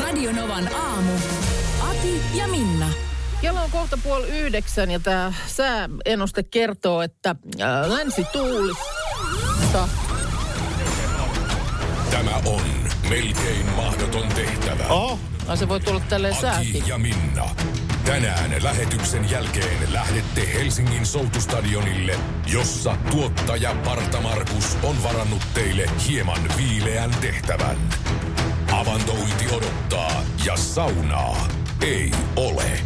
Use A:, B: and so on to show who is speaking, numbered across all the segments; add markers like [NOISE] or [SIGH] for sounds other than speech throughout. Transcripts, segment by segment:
A: Radionovan aamu. Ati ja Minna.
B: Kello on kohta puoli yhdeksän ja tämä sääennuste kertoo, että äh, länsituulista
C: Tämä on melkein mahdoton tehtävä.
D: Oh,
B: No se voi tulla tälleen
C: Aki
B: sääkin.
C: ja Minna. Tänään lähetyksen jälkeen lähdette Helsingin Soutustadionille, jossa tuottaja Parta Markus on varannut teille hieman viileän tehtävän. Avantointi odottaa ja saunaa ei ole.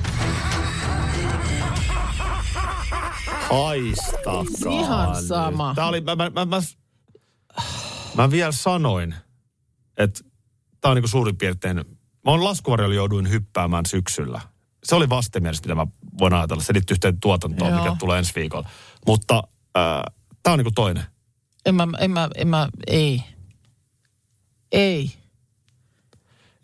D: aistakaa
B: Ihan
D: nyt.
B: sama.
D: Tää oli, mä, mä, mä, mä, mä vielä sanoin, että tää on niinku suurin piirtein, mä oon laskuvarjolla jouduin hyppäämään syksyllä. Se oli vastenmielistä, mitä mä voin ajatella. Se liittyy yhteen tuotantoon,
B: Joo.
D: mikä tulee ensi viikolla. Mutta äh, tää on niinku toinen.
B: En mä, en mä, en mä, ei. Ei.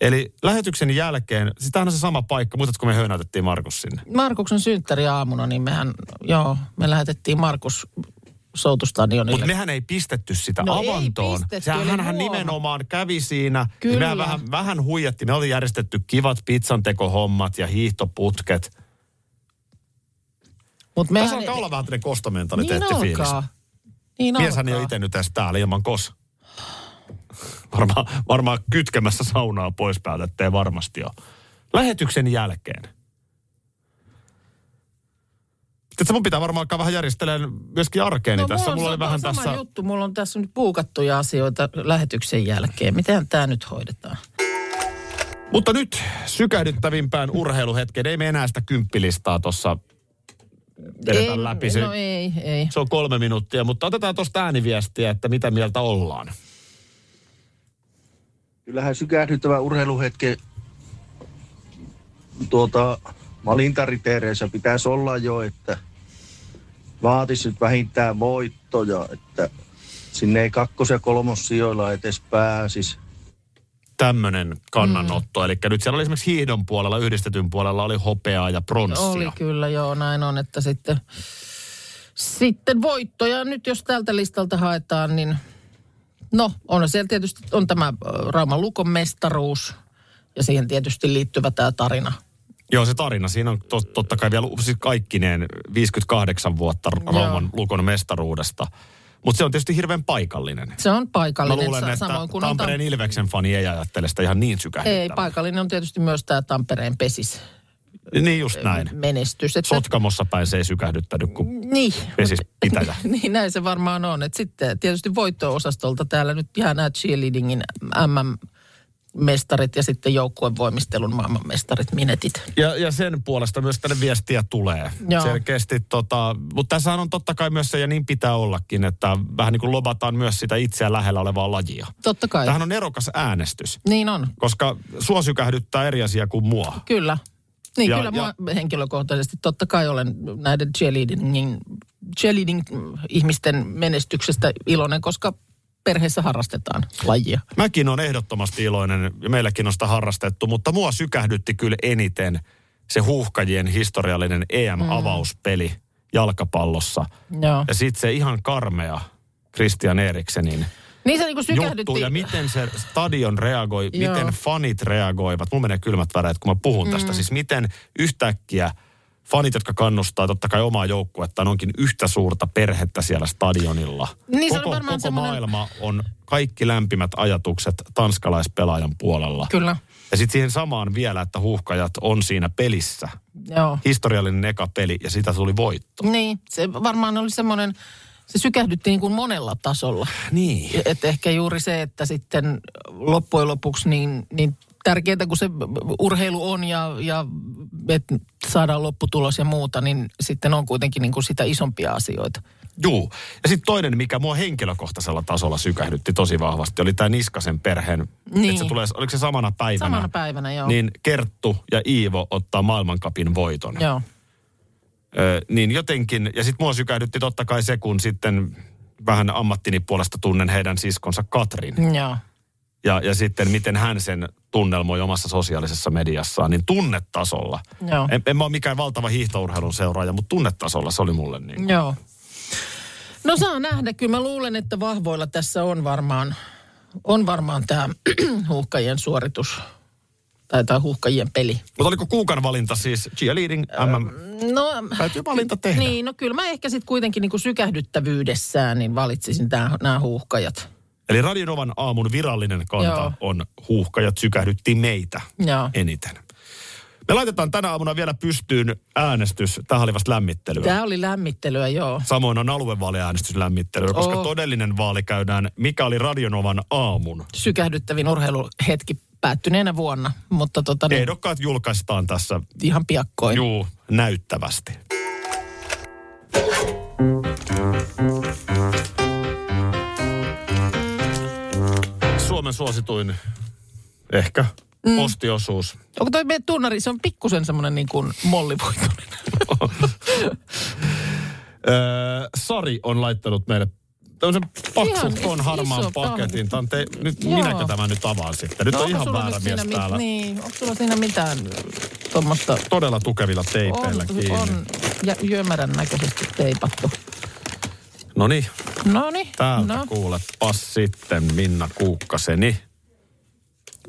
D: Eli lähetyksen jälkeen, siis tämähän on se sama paikka, muistatko me höynäytettiin Markus sinne?
B: Markuksen synttäri aamuna, niin mehän, joo, me lähetettiin Markus Soutustadionille.
D: Mutta mehän ei pistetty sitä
B: No ei
D: avantoon.
B: pistetty,
D: Sehän-
B: eli
D: Hänhän
B: huom.
D: nimenomaan kävi siinä. Niin
B: Kyllä.
D: Mehän vähän, vähän huijattiin. Me oli järjestetty kivat pizzantekohommat ja hiihtoputket.
B: Mut
D: Tässä alkaa olla vähän tämmöinen
B: niin
D: kostomentaliteetti fiilis.
B: alkaa. Niin
D: Mieshän ei ole
B: alkaa.
D: itse nyt tässä täällä ilman kos. Varmaan varmaa kytkemässä saunaa pois päältä, ettei varmasti ole. Lähetyksen jälkeen. Sitten mun pitää varmaan alkaa vähän järjestelemään myöskin arkeeni
B: No,
D: tässä.
B: mulla on
D: Mulla oli
B: sama-
D: vähän
B: sama
D: tässä...
B: juttu, mulla on tässä nyt puukattuja asioita lähetyksen jälkeen. Miten tämä nyt hoidetaan?
D: Mutta nyt sykähdyttävimpään urheiluhetkeen. Ei me enää sitä kymppilistaa tuossa vedetään
B: ei,
D: läpi. Se,
B: No ei, ei.
D: se on kolme minuuttia, mutta otetaan tuosta ääniviestiä, että mitä mieltä ollaan.
E: kyllähän sykähdyttävä urheiluhetke tuota, valintariteereissä pitäisi olla jo, että vaatisi nyt vähintään voittoja, että sinne ei kakkos- ja kolmossijoilla edes pääsisi.
D: Tämmöinen kannanotto. Mm. Eli nyt siellä oli esimerkiksi hiihdon puolella, yhdistetyn puolella oli hopeaa ja pronssia.
B: Oli kyllä, joo, näin on, että sitten, sitten voittoja nyt, jos tältä listalta haetaan, niin no, on siellä tietysti, on tämä ö, Rauman lukon mestaruus ja siihen tietysti liittyvä tämä tarina.
D: Joo, se tarina. Siinä on to, totta kai vielä siis kaikkineen 58 vuotta Rauman lukon mestaruudesta. Mutta se on tietysti hirveän paikallinen.
B: Se on
D: Mä
B: paikallinen,
D: luulen,
B: sa-
D: että
B: samoin kuin on
D: Tampereen
B: tam-
D: Ilveksen fani ei ajattele sitä ihan niin sykähdyttävää.
B: Ei, paikallinen on tietysti myös tämä Tampereen pesis
D: Niin just näin.
B: menestys. Että,
D: Sotkamossa päin se ei sykähdyttänyt, kun
B: niin,
D: pesis siis pitäjä.
B: [LAUGHS] niin näin se varmaan on. Et sitten eh, tietysti voitto-osastolta täällä nyt ihan nämä cheerleadingin MM-mestarit ja sitten joukkuevoimistelun maailmanmestarit, minetit.
D: Ja, ja sen puolesta myös tänne viestiä tulee.
B: Joo.
D: Selkeästi, tota, mutta tässä on totta kai myös se, ja niin pitää ollakin, että vähän niin kuin lobataan myös sitä itseä lähellä olevaa lajia.
B: Totta kai.
D: Tämähän on erokas äänestys,
B: Niin on,
D: koska sua sykähdyttää eri asia kuin mua.
B: kyllä. Niin
D: Ja-
B: kyllä
D: ja-
B: mua henkilökohtaisesti totta kai olen näiden cheerleadingin, cheerleading-ihmisten menestyksestä iloinen, koska perheessä harrastetaan lajia.
D: Mäkin on ehdottomasti iloinen, ja meilläkin on sitä harrastettu, mutta mua sykähdytti kyllä eniten se huuhkajien historiallinen EM-avauspeli jalkapallossa.
B: Joo.
D: Ja sitten se ihan karmea Christian Eriksenin
B: Niin se niinku
D: juttu ja
B: sykähdyttiin.
D: miten se stadion reagoi,
B: Joo.
D: miten fanit reagoivat. Mulla menee kylmät väreet, kun mä puhun
B: Mm.
D: tästä. Siis miten yhtäkkiä fanit, jotka kannustaa totta kai omaa joukkuettaan, onkin yhtä suurta perhettä siellä stadionilla.
B: Niin se oli
D: koko
B: varmaan
D: koko
B: semmoinen-
D: maailma on kaikki lämpimät ajatukset tanskalaispelaajan puolella.
B: Kyllä,
D: Ja sitten siihen samaan vielä, että huuhkajat on siinä pelissä.
B: joo.
D: Historiallinen eka peli ja sitä tuli voitto.
B: Niin, se varmaan oli semmoinen, se sykähdytti niin kuin monella tasolla.
D: Niin.
B: Et ehkä juuri se, että sitten loppujen lopuksi niin, niin tärkeää kuin se urheilu on ja, ja et saadaan lopputulos ja muuta, niin sitten on kuitenkin niin kuin sitä isompia asioita.
D: Juu. Ja sitten toinen, mikä mua henkilökohtaisella tasolla sykähdytti tosi vahvasti, oli tämä Niskasen perheen.
B: Niin.
D: Että se tulee, oliko se samana päivänä?
B: Samana päivänä, joo.
D: Niin Kerttu ja Iivo ottaa maailmankapin voiton.
B: Joo.
D: Ö, niin jotenkin, ja sitten mua sykähdytti totta kai se, kun sitten vähän ammattini puolesta tunnen heidän siskonsa Katrin.
B: Joo.
D: Ja, ja sitten miten hän sen tunnelmoi omassa sosiaalisessa mediassaan, niin tunnetasolla.
B: Joo.
D: En, en mä ole mikään valtava hiihtourheilun seuraaja, mutta tunnetasolla se oli mulle niin.
B: Joo. No saa nähdä. Kyllä mä luulen, että vahvoilla tässä on varmaan, on varmaan tämä [CLEARS THROAT] huuhkajien suoritus tai tämä huuhkajien peli.
D: Mutta oliko kuukan valinta siis cheerleading MM?
B: No,
D: Täytyy valinta tehdä.
B: Niin, no kyllä mä ehkä sitten kuitenkin niinku sykähdyttävyydessään niin valitsisin nämä huuhkajat.
D: Eli Radionovan aamun virallinen kanta
B: Joo.
D: Joo. on huuhkajat sykähdytti meitä
B: Joo.
D: eniten. Me laitetaan tänä aamuna vielä pystyyn äänestys. Tähän oli vasta lämmittelyä.
B: Tämä oli lämmittelyä, joo.
D: Samoin on aluevaaliäänestyslämmittelyä, koska
B: Oh.
D: todellinen vaali käydään, mikä oli Radionovan aamun.
B: Sykähdyttävin urheiluhetki päättyneenä vuonna, mutta tota, niin,
D: Ehdokkaat julkaistaan tässä
B: ihan piakkoin.
D: juu, näyttävästi. Suomen suosituin ehkä
B: Mm.
D: postiosuus.
B: Onko toi meidän tunnari, se on pikkusen semmoinen niin kuin mollivoitoinen.
D: Öö, Sari on laittanut meille tämmöisen paksuhkon
B: Ihan
D: harmaan
B: iso
D: paketin. Tämä on te, nyt,
B: Joo.
D: minäkö tämä nyt avaan sitten? Nyt on
B: onko
D: No ihan
B: sulla
D: väärä
B: nyt
D: mies
B: siinä, mit-
D: täällä.
B: Niin, onko sulla siinä mitään tuommoista?
D: Todella tukevilla teipeillä kiinni.
B: on, on ja jömärän näköisesti teipattu.
D: No niin,
B: No niin.
D: täältä no.
B: No.
D: kuulepas sitten Minna Kuukkaseni.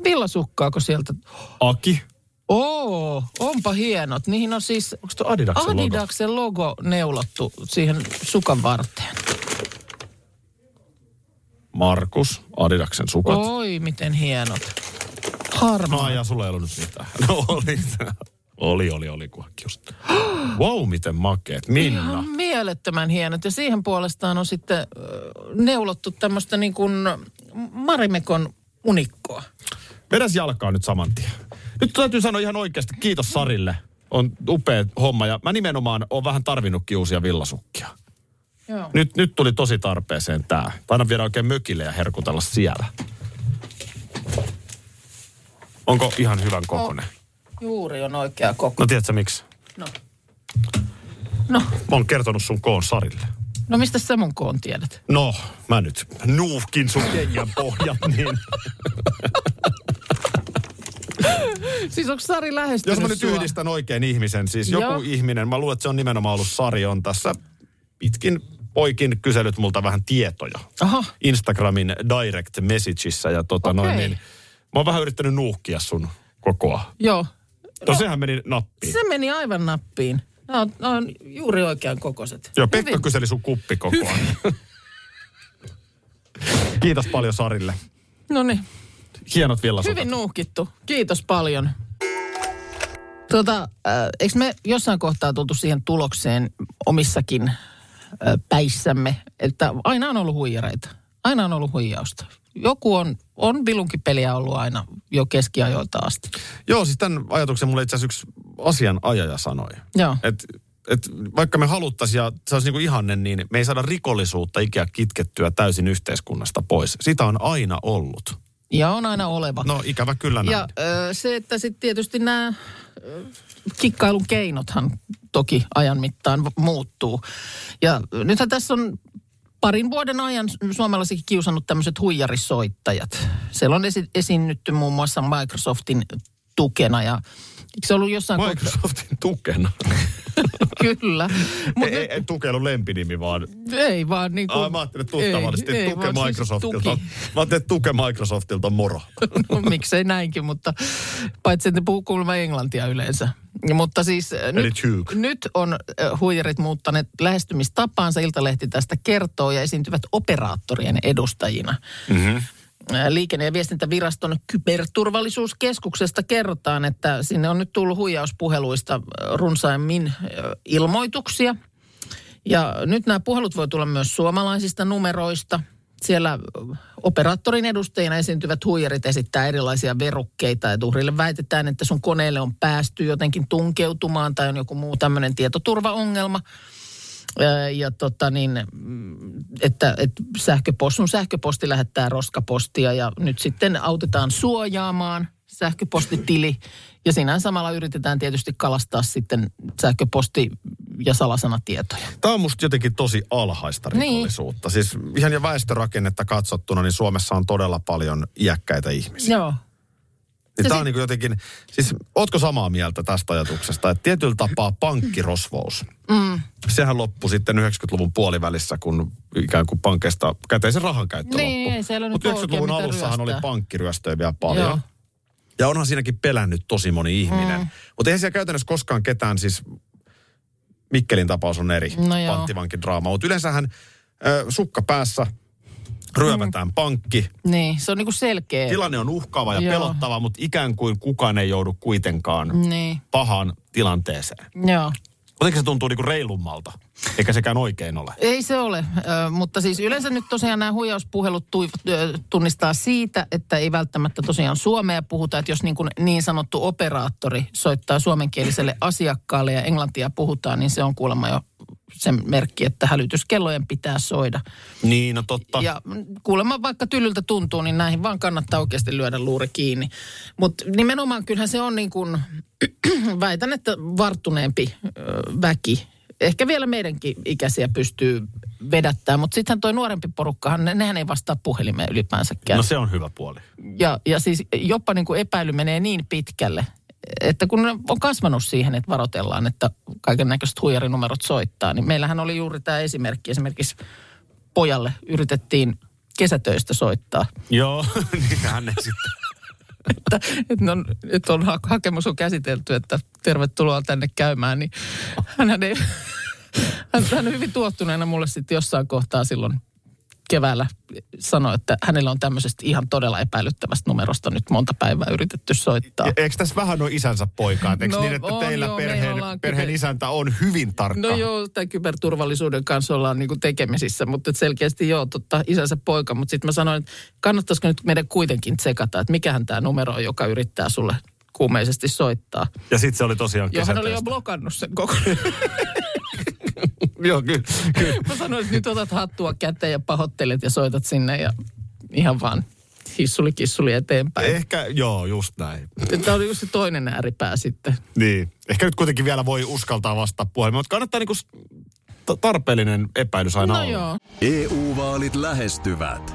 B: Villasukkaako sieltä?
D: Aki.
B: Oo, onpa hienot. Niihin on siis
D: Onko tuo Adidaksen logo?
B: Adidaksen logo neulottu siihen sukan varteen.
D: Markus, Adidaksen sukat. Oh.
B: Oi, miten hienot.
D: No
B: Harmaa.
D: ja sulla ei ollut nyt mitään. [LAUGHS] No oli. oli, oli, oli kuhakki just. Wow, miten makeet. Minna.
B: Ihan mielettömän hienot. Ja siihen puolestaan on sitten äh, neulottu tämmöistä niin kuin Marimekon unikkoa.
D: Vedäs jalkaa nyt saman tien. Nyt täytyy sanoa ihan oikeasti kiitos Sarille. On upea homma ja mä nimenomaan oon vähän tarvinnutkin uusia villasukkia.
B: Joo.
D: Nyt, nyt tuli tosi tarpeeseen tää. Aina viedä oikein mökille ja herkutella siellä. Onko ihan hyvän kokonen?
B: Juuri on oikea koko.
D: No tiedätkö miksi?
B: No. No,
D: Mä oon kertonut sun koon Sarille.
B: no mistä sä mun koon tiedät?
D: No, mä nyt nuuhkin sun kengän pohjat, niin
B: Siis onko Sari lähestynyt
D: [LAUGHS] jos mä nyt
B: sua?
D: yhdistän oikein ihmisen, siis joku
B: Joo.
D: ihminen, mä luulen, että se on nimenomaan ollut Sari, on tässä pitkin poikin kysellyt multa vähän tietoja.
B: Aha.
D: Instagramin direct messageissa ja tota
B: Okei.
D: noin, niin mä oon vähän yrittänyt nuuhkia sun kokoa.
B: Joo.
D: No, sehän meni nappiin.
B: Se meni aivan nappiin. Nämä on, nämä on juuri oikean kokoiset.
D: Joo, Pekka
B: Hyvin.
D: kyseli sun kuppikokoa. Kiitos paljon Sarille.
B: No niin,
D: Hienot villasukat.
B: hyvin nuuhkittu. Kiitos paljon. Tuota, äh, eikö me jossain kohtaa tultu siihen tulokseen omissakin äh, päissämme, että aina on ollut huijareita. Aina on ollut huijausta. Joku on, on vilunkipeliä ollut aina jo keskiajoilta asti.
D: Joo, siis tämän ajatuksen mulle itse asiassa yksi asianajaja sanoi.
B: Joo.
D: Et, et vaikka me haluttaisiin ja se olisi niinku ihanne, niin me ei saada rikollisuutta ikään kitkettyä täysin yhteiskunnasta pois. Sitä on aina ollut.
B: Ja on aina oleva.
D: No ikävä kyllä näin.
B: Ja ö, se, että sitten tietysti nämä kikkailun keinothan toki ajan mittaan v- muuttuu. Ja ö, nythän tässä on parin vuoden ajan s- suomalaisikin kiusannut tämmöiset huijarisoittajat. Siellä on esi- esiinnytty muun muassa Microsoftin tukena ja eikö se ollut jossain... kohtaa-
D: Microsoftin tukena.
B: Kyllä. [LAUGHS] Mut
D: ei, ei, tukelu lempinimi vaan.
B: nyt- ei vaan niin kuin...
D: Ai, mä ajattelin, että tuttavallisesti
B: vaan
D: tuke
B: siis
D: Microsoftilta.
B: tuki.
D: Mä ajattelin, että tuke Microsoftilta moro.
B: [LAUGHS] No, miksei näinkin, mutta paitsi että puhuu kuulemma englantia yleensä. Ja, Mutta siis äh,
D: Eli
B: nyt,
D: Duke.
B: nyt on äh, huijarit muuttaneet lähestymistapaansa. Iltalehti tästä kertoo ja esiintyvät operaattorien edustajina. Äh, Liikenne- ja viestintäviraston kyberturvallisuuskeskuksesta kerrotaan, että sinne on nyt tullut huijauspuheluista äh, runsaimmin äh, ilmoituksia – ja nyt nämä puhelut voi tulla myös suomalaisista numeroista. Siellä ö, operaattorin edustajina esiintyvät huijarit esittää erilaisia verukkeita. Että uhrille väitetään, että sun koneelle on päästy jotenkin tunkeutumaan tai on joku muu tämmöinen tietoturvaongelma. Öö, Ja tota niin, mm, että, että sähköpost, sun sähköposti lähettää roskapostia ja nyt sitten autetaan suojaamaan sähköpostitili. Ja sinä samalla yritetään tietysti kalastaa sitten sähköposti- ja salasanatietoja.
D: Tämä on musta jotenkin tosi alhaista
B: Niin.
D: rikollisuutta. Siis ihan ja väestörakennetta katsottuna, niin Suomessa on todella paljon iäkkäitä ihmisiä.
B: Joo.
D: Niin
B: Ja
D: tämä
B: sit-
D: on niin jotenkin, siis ootko samaa mieltä tästä ajatuksesta, että tietyllä tapaa pankkirosvous, mm. sehän loppui sitten 90-luvun puolivälissä, kun ikään kuin pankista käteisen rahan käyttö
B: Niin,
D: loppui.
B: ei siellä nyt
D: Mutta
B: ole oikein
D: 90-luvun
B: mitään
D: alussahan oli
B: ryöstää.
D: pankkiryöstöjä vielä paljon.
B: Joo.
D: Ja onhan siinäkin pelännyt tosi moni ihminen. Mm. Mutta eihän siellä käytännössä koskaan ketään, siis Mikkelin tapaus on eri,
B: No joo.
D: panttivankin draama. Mutta yleensähän äh, sukka päässä, ryövätään mm. pankki,
B: Niin, se on niinku selkeä.
D: tilanne on uhkaava ja
B: Joo.
D: pelottava, mutta ikään kuin kukaan ei joudu kuitenkaan
B: Niin,
D: pahan tilanteeseen.
B: joo.
D: Jotenkin se tuntuu niinku reilummalta, eikä sekään oikein ole.
B: Ei se ole, ö, mutta siis yleensä nyt tosiaan nämä huijauspuhelut tuiv- ö, tunnistaa siitä, että ei välttämättä tosiaan suomea puhuta, että jos niin, kuin niin sanottu operaattori soittaa suomenkieliselle asiakkaalle ja englantia puhutaan, niin se on kuulemma jo sen merkki, että hälytyskellojen pitää soida.
D: Niin, no totta.
B: Ja kuulemma vaikka tyllyltä tuntuu, niin näihin vaan kannattaa oikeasti lyödä luuri kiinni. Mutta nimenomaan kyllähän se on niin kuin, [CLEARS THROAT] väitän, että varttuneempi ö, väki. Ehkä vielä meidänkin ikäisiä pystyy vedättää, mutta sittenhän toi nuorempi porukkahan, ne, nehän ei vastaa puhelimeen ylipäänsäkään.
D: No se on hyvä puoli.
B: Ja, ja siis jopa niin kuin epäily menee niin pitkälle, että kun ne on kasvanut siihen, että varoitellaan, että kaiken näköiset huijarinumerot soittaa, niin meillähän oli juuri tämä esimerkki. Esimerkiksi pojalle yritettiin kesätöistä soittaa,
D: [LAUGHS] Joo, niin hän ei sitten.
B: että, että, no, että on, ha- hakemus on käsitelty, että tervetuloa tänne käymään, niin hän ei... Hän, hän hyvin tuottuneena mulle sitten jossain kohtaa silloin keväällä sanoi, että hänellä on tämmöisestä ihan todella epäilyttävästä numerosta nyt monta päivää yritetty soittaa.
D: Ja Eikö tässä vähän ole isänsä poikaa? Eikö no,
B: No
D: niin, että
B: on,
D: teillä
B: joo, me
D: perheen,
B: ollaan
D: perheen
B: kyllä-
D: isäntä on hyvin tarkka?
B: No joo, tämän kyberturvallisuuden kanssa ollaan niinku tekemisissä, mutta et selkeästi joo, totta, isänsä poika. Mutta sitten mä sanoin, että kannattaisiko nyt meidän kuitenkin tsekata, että mikähän tämä numero on, joka yrittää sulle kuumeisesti soittaa.
D: Ja sitten se oli tosiaan
B: Joo, hän oli jo
D: kesätöistä.
B: blokannut sen kokonaan.
D: [LAUGHS] Joo, kyllä. kyllä.
B: Mä sanoin, että nyt otat hattua käteen ja pahoittelet ja soitat sinne ja ihan vaan hissuli kissuli eteenpäin.
D: Ehkä, joo, just näin.
B: Tämä oli just se toinen ääripää sitten.
D: Niin. Ehkä nyt kuitenkin vielä voi uskaltaa vastata puhelimeen, mutta kannattaa niinku s- ta- tarpeellinen epäilys aina
B: No
D: olla.
B: joo,
F: EU-vaalit E lähestyvät.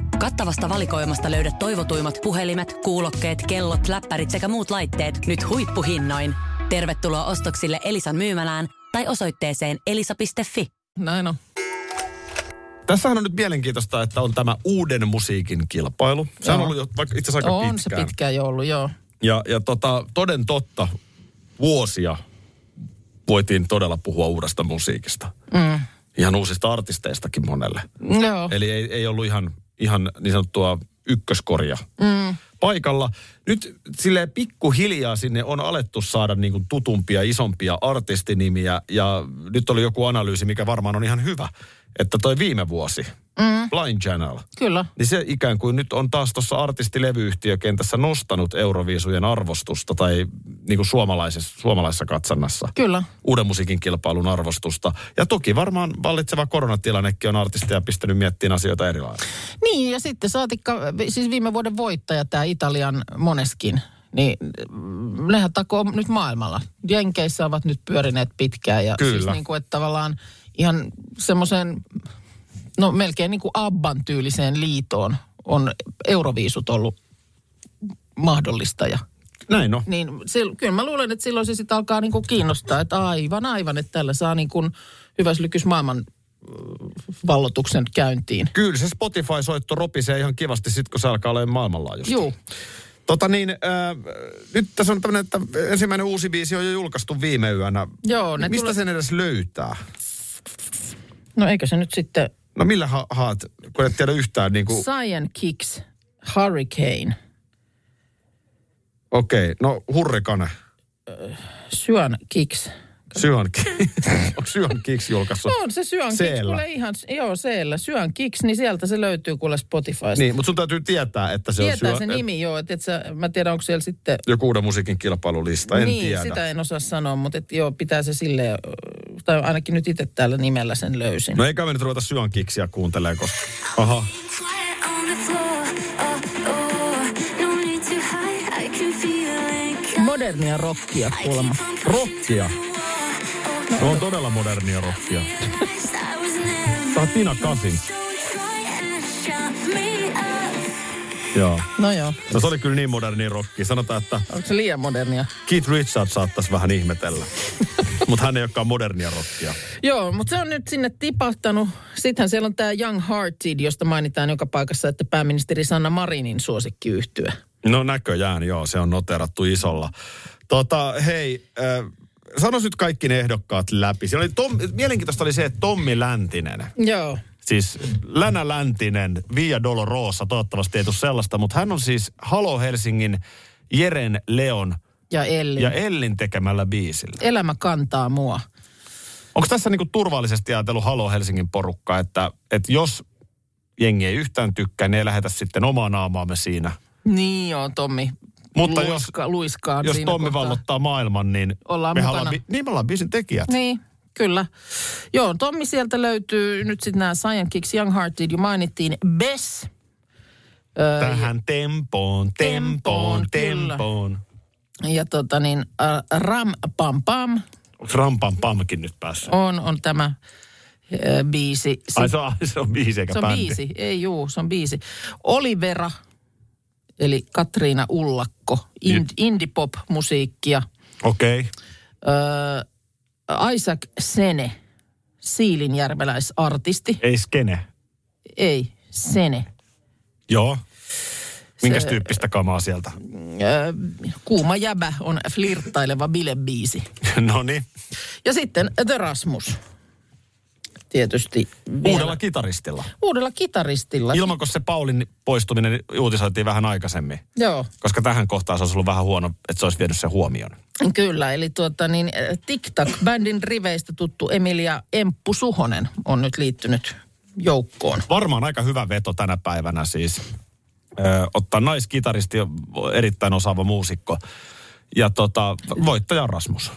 A: Kattavasta valikoimasta löydät toivotuimmat puhelimet, kuulokkeet, kellot, läppärit sekä muut laitteet nyt huippuhinnoin. Tervetuloa ostoksille Elisan myymälään tai osoitteeseen elisa.fi.
B: näin on.
D: Tässähän on nyt mielenkiintoista, että on tämä uuden musiikin kilpailu. Se on
B: Joo.
D: ollut jo vaikka itse asiassa aika
B: On se
D: pitkään.
B: pitkään jo ollut, joo.
D: Ja, ja tota, toden totta, vuosia voitiin todella puhua uudesta musiikista. Mm. Ihan uusista artisteistakin monelle.
B: Joo.
D: Eli ei, ei ollut ihan, ihan niin sanottua ykköskorja mm. paikalla. Nyt sille pikkuhiljaa sinne on alettu saada niin kuin tutumpia, isompia artistinimiä. Ja nyt oli joku analyysi, mikä varmaan on ihan hyvä, että toi viime vuosi, mm. Blind Channel,
B: Kyllä.
D: niin se ikään kuin nyt on taas tuossa artistilevyyhtiökentässä nostanut Euroviisujen arvostusta tai niin kuin suomalaisessa, suomalaisessa katsannassa
B: Kyllä.
D: uuden musiikin kilpailun arvostusta. Ja toki varmaan vallitseva koronatilannekin on artisteja pistänyt miettimään asioita eri lailla.
B: Niin, ja sitten saatikka, siis viime vuoden voittaja tämä Italian Moneskin, niin mm, nehän takoo nyt maailmalla. Jenkeissä ovat nyt pyörineet pitkään ja
D: Kyllä.
B: siis niin kuin, että tavallaan ihan semmoiseen, no melkein niin kuin Abban tyyliseen liitoon on Euroviisut ollut mahdollistaja.
D: Näin on.
B: Niin sil, kyllä mä luulen, että silloin se sitten alkaa niinku kiinnostaa, että aivan, aivan, että tällä saa niinku hyväs lykys maailman äh, vallotuksen käyntiin.
D: Kyllä se Spotify-soitto ropisee ihan kivasti sit, kun se alkaa olemaan maailmanlaajuista.
B: Juu,
D: Tota niin, äh, nyt tässä on tämmöinen, että ensimmäinen uusi biisi on jo julkaistu viime yönä.
B: Joo, ne
D: Mistä
B: tulee-
D: sen edes löytää?
B: no eikö se nyt sitten
D: No millä ha- haat, kun et tiedä yhtään niin kuin...
B: Cyan Kicks Hurricane,
D: Okei, okay, no hurrikane.
B: Syön Kicks.
D: Syön, [LAUGHS] on Syön Kicks julkaissut.
B: No On se Syön Kicks,
D: Seellä.
B: kuule ihan, joo siellä, Syön Kicks, niin sieltä se löytyy kuule Spotifysta.
D: Niin, mutta sun täytyy tietää, että se
B: Tietää
D: on
B: se
D: syö,
B: nimi, joo, että et sä, mä tiedän, onko siellä sitten...
D: joku uuden musiikin kilpailulista, No, en
B: niin,
D: tiedä.
B: sitä en osaa sanoa, mutta et joo, pitää se silleen, ö, tai ainakin nyt itse täällä nimellä sen löysin.
D: No eikä me nyt ruveta Syön Kiksiä kuuntelemaan, koska... Aha.
B: Modernia rockia kuulemma.
D: Rockia. No on todella modernia rockia. Tää on Tina Kasin. Joo.
B: No joo,
D: No se oli kyllä niin moderni rocki. Sanotaan, että
B: onko se liian modernia?
D: Keith Richards saattaisi vähän ihmetellä. [LAUGHS] Mutta hän ei olekaan modernia rockia.
B: Joo, mutta se on nyt sinne tipahtanut. Sittenhän siellä on tämä Young Hearted, josta mainitaan joka paikassa, että pääministeri Sanna Marinin suosikkiyhtyä.
D: No näköjään, joo, se on noterattu isolla. Tota, hei, äh, sanois nyt kaikki ne ehdokkaat läpi. Siellä oli Tom, mielenkiintoista oli se, että Tommi Läntinen,
B: Joo,
D: siis Länä Läntinen, Via Dolorosa, toivottavasti ei tule sellaista, mutta hän on siis Halo Helsingin Jeren, Leon
B: ja Elli.
D: ja Ellin tekemällä biisillä.
B: Elämä kantaa mua.
D: Onko tässä niinku turvallisesti ajatellut Halo Helsingin porukka, että, että jos jengi ei yhtään tykkää, niin ei lähetä sitten omaa naamaamme siinä.
B: Niin joo, Tommi.
D: Mutta jos-
B: Luiska, luiskaan
D: Jos
B: siinä
D: Tommi
B: kohtaa.
D: vallottaa maailman, niin
B: Ollaan
D: me
B: mukana.
D: ollaan, bi- niin me ollaan biisin tekijät.
B: Niin, kyllä. Joo, Tommi sieltä löytyy. Nyt sitten nämä Science Kicks, Young Hearted jo mainittiin. Bess. Ö,
D: Tähän tempoon, tempoon,
B: Tempoon,
D: tempoon.
B: ja tota niin, äh, Ram Pam Pam
D: Onko Rampan Pamkin nyt päässä?
B: on, on tämä äh, biisi.
D: Ai se on, se on biisi eikä
B: se on
D: bändi.
B: biisi, ei juu, se on biisi. Olivera, eli Katriina Ullakko, ind, indie-pop-musiikkia.
D: Okei. Okay.
B: Ö, Isaac Sene, siilinjärveläisartisti.
D: Ei skene.
B: Ei, Sene.
D: Joo. Minkäs tyyppistä kamaa sieltä? [LAUGHS]
B: Ö, kuuma jäbä on flirttaileva bilebiisi.
D: no niin.
B: Ja sitten The Rasmus. Tietysti vielä.
D: Uudella kitaristilla.
B: Uudella kitaristilla.
D: Ilman, kun se Paulin poistuminen uutisoitiin vähän aikaisemmin.
B: Joo,
D: Koska tähän kohtaan se olisi ollut vähän huono, että se olisi vienyt sen huomioon.
B: kyllä. Eli tuota niin, äh, TikTok-bändin riveistä tuttu Emilia Emppu Suhonen on nyt liittynyt joukkoon.
D: Varmaan aika hyvä veto tänä päivänä siis. Ö, ottaa naiskitaristi, erittäin osaava muusikko. Ja tota, voittaja on Rasmus.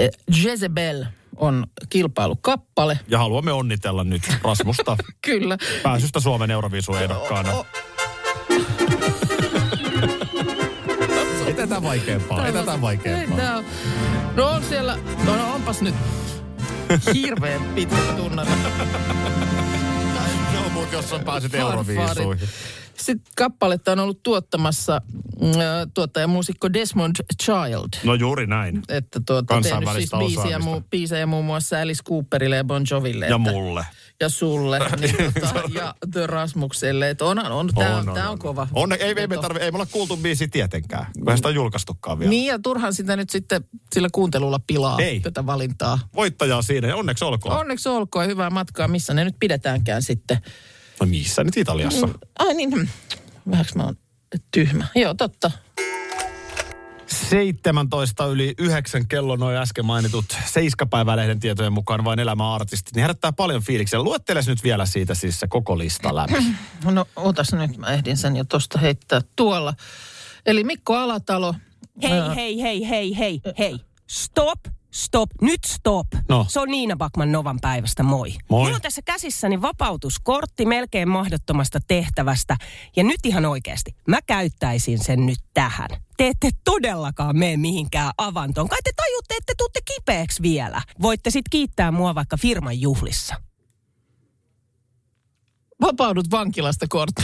B: Äh, Jezebel on kilpailukappale.
D: Ja haluamme onnitella nyt
B: [LAUGHS]
D: Rasmusta
B: Kyllä.
D: pääsystä Suomen Euroviisuun ehdokkaana.
B: Oh,
D: Ei tätä vaikeampaa, ei tätä
B: Ei
D: vaikeampaa.
B: tää on. No on siellä, no, no onpas nyt hirveän pitkä
D: [LAUGHS]
B: tunnari.
D: No Joo, mutta jos sä pääset
B: Farfarit.
D: Euroviisuihin.
B: Sitten kappaletta on ollut tuottamassa mm, ö, tuottajamuusikko Desmond Child.
D: No juuri näin.
B: Että tuota, tehnyt siis
D: Kansainvälistä
B: biisiä,
D: osaamista.
B: muu, biisejä muun muassa Alice Cooperille ja Bon Joville.
D: Ja
B: että,
D: mulle.
B: ja
D: [LAUGHS]
B: sulle. Niin, tota, ja The Rasmukselle. Että on, on, on, tää, on, tää on, kova.
D: On, ei, ei, me
B: veto.
D: tarvi, ei me olla kuultu biisi tietenkään, kun ei sitä on julkaistukaan vielä.
B: Niin ja turhan sitä nyt sitten sillä kuuntelulla pilaa
D: Ei.
B: tätä valintaa.
D: Voittaja on siinä ja onneksi olkoon.
B: Onneksi olkoon ja hyvää matkaa, missä ne nyt pidetäänkään sitten.
D: No missä nyt Italiassa?
B: Ai niin, hmm. vähäks mä oon tyhmä. Joo, totta.
D: 17 yli 9 kello noin äsken mainitut Seiskapäivälehden tietojen mukaan vain elämäartistit, niin herättää paljon fiiliksiä. Luetteles nyt vielä siitä siis se koko
B: [CLEARS THROAT]
D: lista läpi.
B: No otas nyt, mä ehdin sen jo tosta heittää tuolla. Eli Mikko Alatalo. äh,
G: Hei, hei, hei, hei, hei, hei. Stop, stop, nyt stop.
D: No.
G: Se on Niina Bakman Novan päivästä, moi.
D: Moi.
G: Mulla on tässä käsissäni vapautuskortti melkein mahdottomasta tehtävästä. Ja nyt ihan oikeasti, mä käyttäisin sen nyt tähän. Te ette todellakaan mene mihinkään avantoon. Kai te tajutte, että tuutte kipeäksi vielä. Voitte sit kiittää mua vaikka firman juhlissa.
B: Vapaudut vankilasta kortti.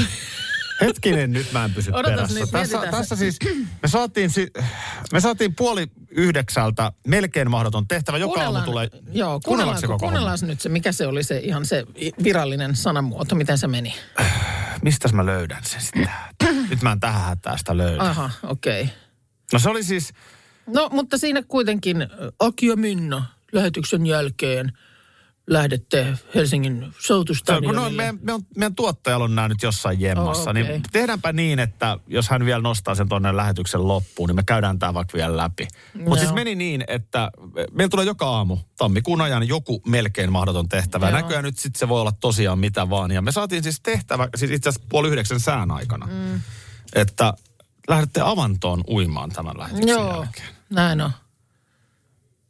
D: Hetkinen, nyt mä en pysy
B: Odotas
D: perässä.
B: nyt,
D: tässä,
B: mietitään.
D: tässä siis, me saatiin, si- me saatiin puoli yhdeksältä melkein mahdoton tehtävä. Joka aamu tulee.
B: Joo,
D: Kuunnellaanko se
B: kuunnellaan,
D: koko homma?
B: kuunnellaan nyt se, mikä se oli se ihan se i- virallinen sanamuoto, miten se meni.
D: Mistäs mä löydän sen sitten? Nyt mä en tähän hätään sitä löydä.
B: Aha, okei. Okay.
D: No se oli siis,
B: No, mutta siinä kuitenkin ö, Aki ja Minna lähetyksen jälkeen lähdette Helsingin
D: se, on- kun no,
B: soutustadionille.
D: meidän, meidän, meidän tuottajalla on nämä nyt jossain jemmassa,
B: Oh, okei.
D: niin tehdäänpä niin, että jos hän vielä nostaa sen tuonne lähetyksen loppuun, niin me käydään tämä vaikka vielä läpi. Mutta
B: Joo.
D: siis meni niin, että meillä tulee joka aamu tammikuun ajan joku melkein mahdoton tehtävä. Joo.
B: Joo.
D: Näköjään nyt sitten se voi olla tosiaan mitä vaan. Ja me saatiin siis tehtävä, siis itse asiassa puoli yhdeksän sään aikana, mm. että lähdette avantoon uimaan tämän lähetyksen Joo.
B: Joo,
D: jälkeen.
B: näin on.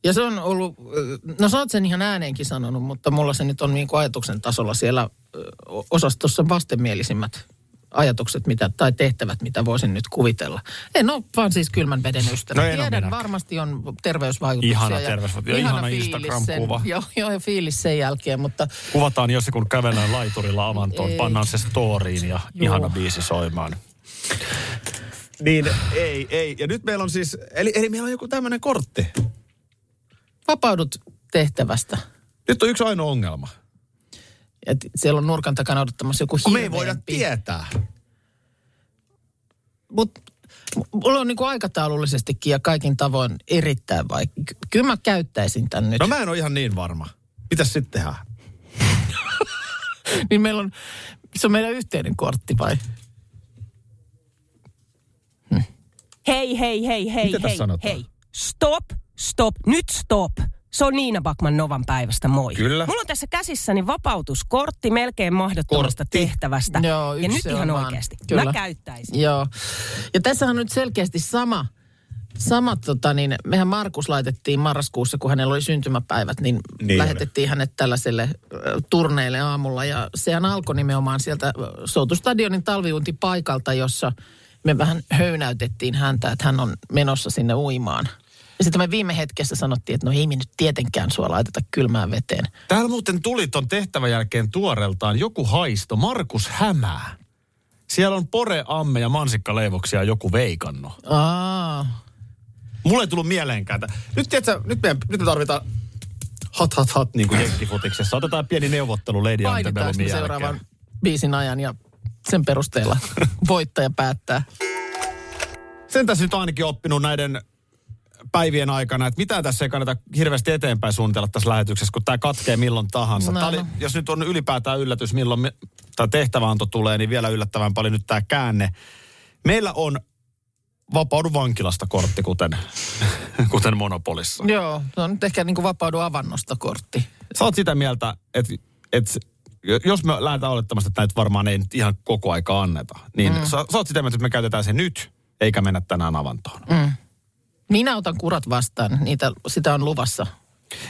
B: Ja se on ollut, ö, no sä oot sen ihan ääneenkin sanonut, mutta mulla se nyt on niin kuin ajatuksen tasolla siellä ö, o- osastossa vastenmielisimmät ajatukset mitä, tai tehtävät, mitä voisin nyt kuvitella. En ole vaan siis kylmän veden ystävä.
D: No en oo
B: Tiedän,
D: minäkään.
B: varmasti on terveysvaikutuksia.
D: Ihana
B: ja-
D: terveysvaikutus- ja ihana
B: fiilis sen-
D: Instagram-kuva.
B: Joo, joo, ja fiilis sen jälkeen, mutta
D: Kuvataan jos ja kun kävellään laiturilla avantoon,
B: Ei.
D: pannaan se storiin ja Joo.
B: Joo.
D: ihana biisi soimaan. Niin ei, ei. Ja nyt meillä on siis, eli, eli meillä on joku tämmöinen kortti.
B: vapaudut tehtävästä.
D: Nyt on yksi ainoa ongelma.
B: Et siellä on nurkan takana odottamassa joku
D: Kun me ei
B: hirveän
D: voida
B: pi-
D: tietää.
B: Mutta mulla on niinku aikataulullisestikin ja kaikin tavoin erittäin vaikea. Ky- Kyllä mä käyttäisin tän nyt.
D: No mä en ole ihan niin varma. Mitäs sitten tehdään?
B: Niin meillä on, se on meidän yhteinen kortti vai?
G: Hei, hei, hei, hei,
D: Mitä tässä
G: hei,
D: sanotaan?
G: hei. Stop, stop, nyt stop. Se on Niina Bakman Novan päivästä, moi.
D: Kyllä.
G: Mulla on tässä käsissäni vapautuskortti melkein mahdottomasta
D: Kortti.
G: tehtävästä.
B: Joo,
G: ja
B: yksi
G: nyt
B: se
G: ihan
B: on vaan.
G: oikeasti.
B: Kyllä.
G: Mä käyttäisin.
B: Joo. Ja tässä on nyt selkeästi sama, sama tota niin, mehän Markus laitettiin marraskuussa, kun hänellä oli syntymäpäivät, niin,
D: Niin
B: niin lähetettiin hänet tällaiselle ö, turneille aamulla. Ja sehän alkoi nimenomaan sieltä ö, Soutustadionin talviuntipaikalta, jossa me vähän höynäytettiin häntä, että hän on menossa sinne uimaan. Ja sitten me viime hetkessä sanottiin, että no ei me nyt tietenkään sua laiteta kylmään veteen.
D: Täällä muuten tuli ton tehtävän jälkeen tuoreeltaan joku haisto, Markus Hämää. Siellä on pore, amme ja mansikkaleivoksia joku veikannut.
B: Aa,
D: Mulle ei tullut mieleenkään. tä- Nyt, tiedätkö, nyt, meidän, nyt me tarvitaan hat hat hat niin kuin jenkkifutiksessa. Otetaan pieni neuvottelu Lady
B: painetaanko
D: Antebellumin
B: me
D: jälkeen.
B: seuraavan biisin ajan ja sen
D: [LAUGHS]
B: perusteella voittaja päättää.
D: Sen tässä nyt on ainakin oppinut näiden päivien aikana, että mitä tässä ei kannata hirveästi eteenpäin suunnitella tässä lähetyksessä, kun tämä katkee milloin tahansa.
B: No,
D: Tää oli,
B: no.
D: jos nyt on ylipäätään yllätys, milloin me, tämä tehtäväanto tulee, niin vielä yllättävän paljon nyt tämä käänne. Meillä on vapaudu vankilasta kortti, kuten, [LAUGHS] kuten Monopolissa.
B: Joo, se on nyt ehkä niin kuin vapaudu avannosta kortti.
D: Sä oot sitä mieltä, että, että jos me lähdetään olettamasta, että näitä varmaan ei nyt ihan koko aika anneta, niin mm. sä, sä oot sitä mieltä, että me käytetään se nyt, eikä mennä tänään avantoon. Mm.
B: Minä otan kurat vastaan, niitä, sitä on luvassa.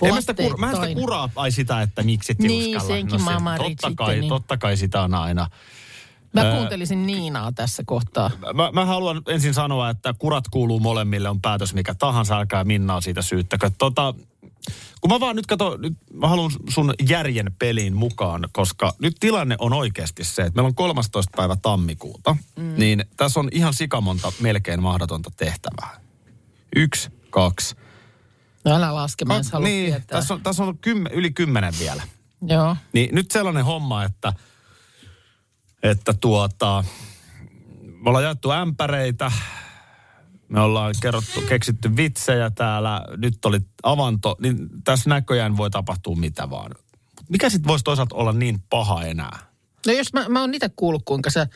D: Ei mä sitä, kur, mä en sitä
B: Lasteittain.
D: kuraa, ai sitä, että miksi
B: Niin,
D: tiuskalla. No
B: senkin mä marit
D: totta
B: sitten,
D: kai,
B: niin.
D: totta kai sitä on aina.
B: Mä kuuntelisin Niinaa tässä kohtaa.
D: Mä, mä haluan ensin sanoa, että kurat kuuluu molemmille, on päätös mikä tahansa, älkää Minnaa siitä syyttäkö. Tota, kun mä vaan nyt kato, nyt mä haluan sun järjen peliin mukaan, koska nyt tilanne on oikeasti se, että meillä on 13. päivä tammikuuta, mm. niin tässä on ihan sikamonta melkein mahdotonta tehtävää. Yksi, kaksi.
B: No älä laske, mä en halua
D: niin,
B: tietää.
D: tässä on, tässä on kymmen, yli kymmenen vielä.
B: Joo.
D: Niin nyt sellainen homma, että, että tuota, me ollaan jaettu ämpäreitä, me ollaan kerrottu, keksitty vitsejä täällä, nyt oli avanto, niin tässä näköjään voi tapahtua mitä vaan. Mut Mikä sitten voisi toisaalta olla niin paha enää?
B: No jos mä, mä oon itse kuullut, kuinka sä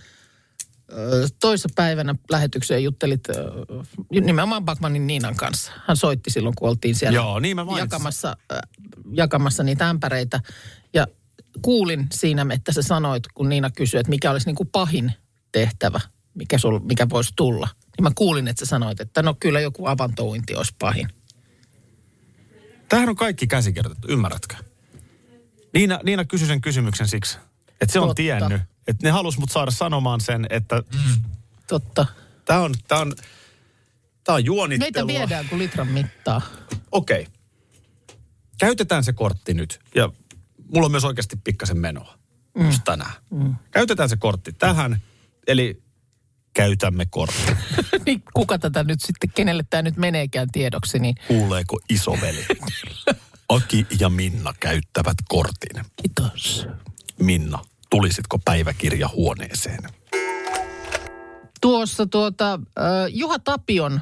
B: ö, toissa päivänä lähetykseen juttelit ö, nimenomaan Bakmanin Niinan kanssa. Hän soitti silloin, kun oltiin siellä.
D: Joo, niin mä mainitsin.
B: jakamassa, äh, jakamassa niitä ämpäreitä. Ja kuulin siinä, että sä sanoit, kun Niina kysyi, että mikä olisi niin kuin pahin tehtävä, mikä, sul, mikä voisi tulla. Niin mä kuulin, että sä sanoit, että no kyllä joku avantouinti olisi pahin.
D: Tämähän on kaikki käsikirjoitettu, ymmärrätkö? Niina, Niina kysyi sen kysymyksen siksi, että se on
B: Totta. Mm.
D: tiennyt, että ne halus mut saada sanomaan sen, että
B: Totta.
D: tämä on, tää on, tää on
B: Meitä
D: juonittelua.
B: viedään kuin litran mittaa. [LAUGHS]
D: okei, käytetään se kortti nyt. Ja mulla on myös oikeasti pikkasen menoa. Mm. Just tänään. Mm. Käytetään se kortti tähän. eli käytämme korttia.
B: niin kuka tätä nyt sitten, kenelle tämä nyt meneekään tiedoksi, niin
D: Kuuleeko [LAUGHS] isoveli? Aki ja Minna käyttävät kortin.
B: kiitos.
D: Minna, tulisitko päiväkirja huoneeseen?
B: Tuossa tuota, äh, Juha Tapion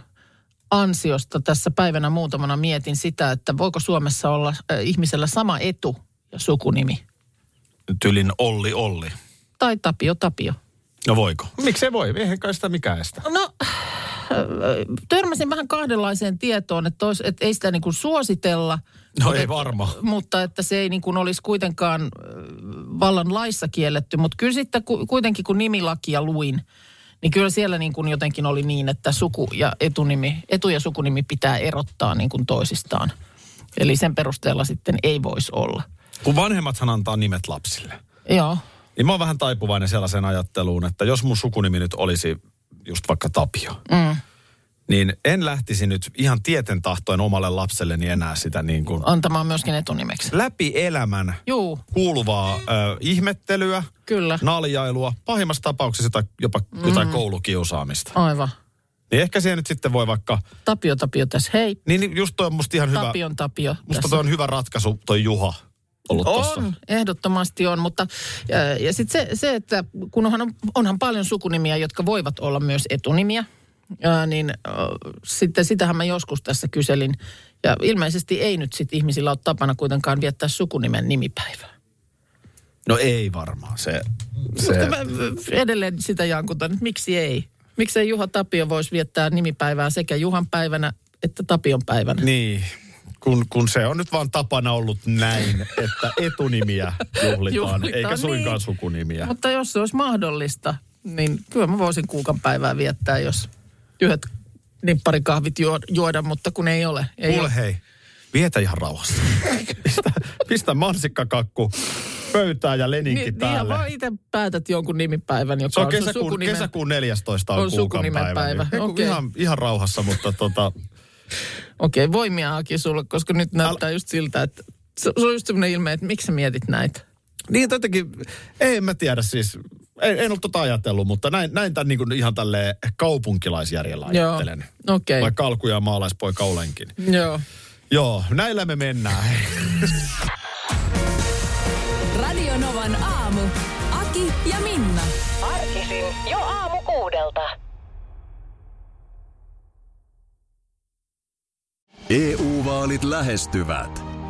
B: ansiosta tässä päivänä muutamana mietin sitä, että voiko Suomessa olla äh, ihmisellä sama etu ja sukunimi.
D: Tylin Olli Olli.
B: Tai Tapio Tapio.
D: No voiko? Miksei voi? Eihän kai sitä mikään estä.
B: No, äh, törmäsin vähän kahdenlaiseen tietoon, että, tois, että ei sitä niin kuin suositella,
D: No ei varmaan.
B: mutta että se ei niin kuin olisi kuitenkaan äh, vallan laissa kielletty. Mutta kyllä sitten ku- kuitenkin, kun nimilakia luin, niin kyllä siellä niin kuin jotenkin oli niin, että suku ja etunimi, etu ja sukunimi pitää erottaa niin kuin toisistaan. Eli sen perusteella sitten ei voisi olla.
D: Kun vanhemmathan antaa nimet lapsille,
B: Joo,
D: niin mä oon vähän taipuvainen sellaiseen ajatteluun, että jos mun sukunimi nyt olisi just vaikka Tapio, mm. niin en lähtisi nyt ihan tieten tahtoen omalle lapselleni enää sitä niin kuin
B: antamaan myöskin etunimeksi.
D: läpi elämän
B: Juu,
D: kuuluvaa ö, ihmettelyä,
B: kyllä,
D: No.
B: Mm.
D: naljailua, pahimmassa tapauksessa jotain, jopa jotain koulukiusaamista.
B: aivan.
D: Niin ehkä siihen nyt sitten voi vaikka,
B: Tapio Tapio tässä, hei.
D: niin niin just toi on musta ihan hyvä,
B: Tapion Tapio
D: musta
B: tässä.
D: toi on hyvä ratkaisu toi Juha ollut tossa.
B: On, ehdottomasti on, mutta ja, ja sitten se, se, että kun onhan, onhan paljon sukunimiä, jotka voivat olla myös etunimiä, ja, niin äh, sitten sitähän mä joskus tässä kyselin. Ja ilmeisesti ei nyt sitten ihmisillä ole tapana kuitenkaan viettää sukunimen nimipäivää.
D: No ei varmaan se.
B: Mutta
D: se.
B: mä äh, edelleen sitä jankutan, että miksi ei? Miksei Juha Tapio voisi viettää nimipäivää sekä Juhan päivänä että Tapion päivänä?
D: Niin, kun, kun se on nyt vaan tapana ollut näin, että etunimiä juhlitaan,
B: Juhlitaan,
D: eikä suinkaan
B: niin.
D: sukunimiä.
B: Mutta jos se olisi mahdollista, niin kyllä mä voisin kuukan päivää viettää, jos yhdet niin pari kahvit juo, juoda, mutta kun ei ole. Ei ole.
D: Kuule hei, vietä ihan rauhassa. pistä, pistä mansikkakakku pöytään ja leninki
B: Niin, niin
D: päälle.
B: vaan itse päätät jonkun nimipäivän, joka
D: se on
B: sun
D: kesäkuun,
B: sukunimen-
D: kesäkuun 14 on,
B: on
D: kuukan
B: sukunimen
D: päivä.
B: päivä,
D: Niin, ei kun
B: okei.
D: ihan, ihan rauhassa, mutta tota,
B: Okei, voimia Aki sulle, koska nyt näyttää just siltä, että se se on just sellainen ilme, että miksi sä mietit näitä.
D: Niin, tai jotenkin, ei en mä tiedä siis, en, en ole tota ajatellut, mutta näin, näin tämän niin kuin ihan tälleen kaupunkilaisjärjellä
B: Joo.
D: ajattelen.
B: Okei.
D: Vaikka alku- ja maalaispoika olenkin.
B: Joo.
D: Joo, näillä me mennään.
A: Radio Novan aamu. Aki ja Minna.
H: Arkisin jo aamu kuudelta.
F: EU-vaalit E lähestyvät.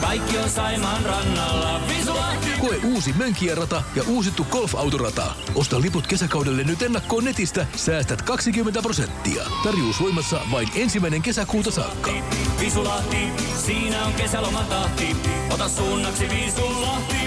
I: kaikki on Saimaan rannalla. Visulahti!
J: Koe uusi Mönkijärata ja uusittu golfautorata. Osta liput kesäkaudelle nyt ennakkoon netistä. Säästät 20 prosenttia. Tarjous voimassa vain ensimmäinen kesäkuuta saakka.
I: Visulahti, siinä on kesälomatahti. Ota suunnaksi Visulahti.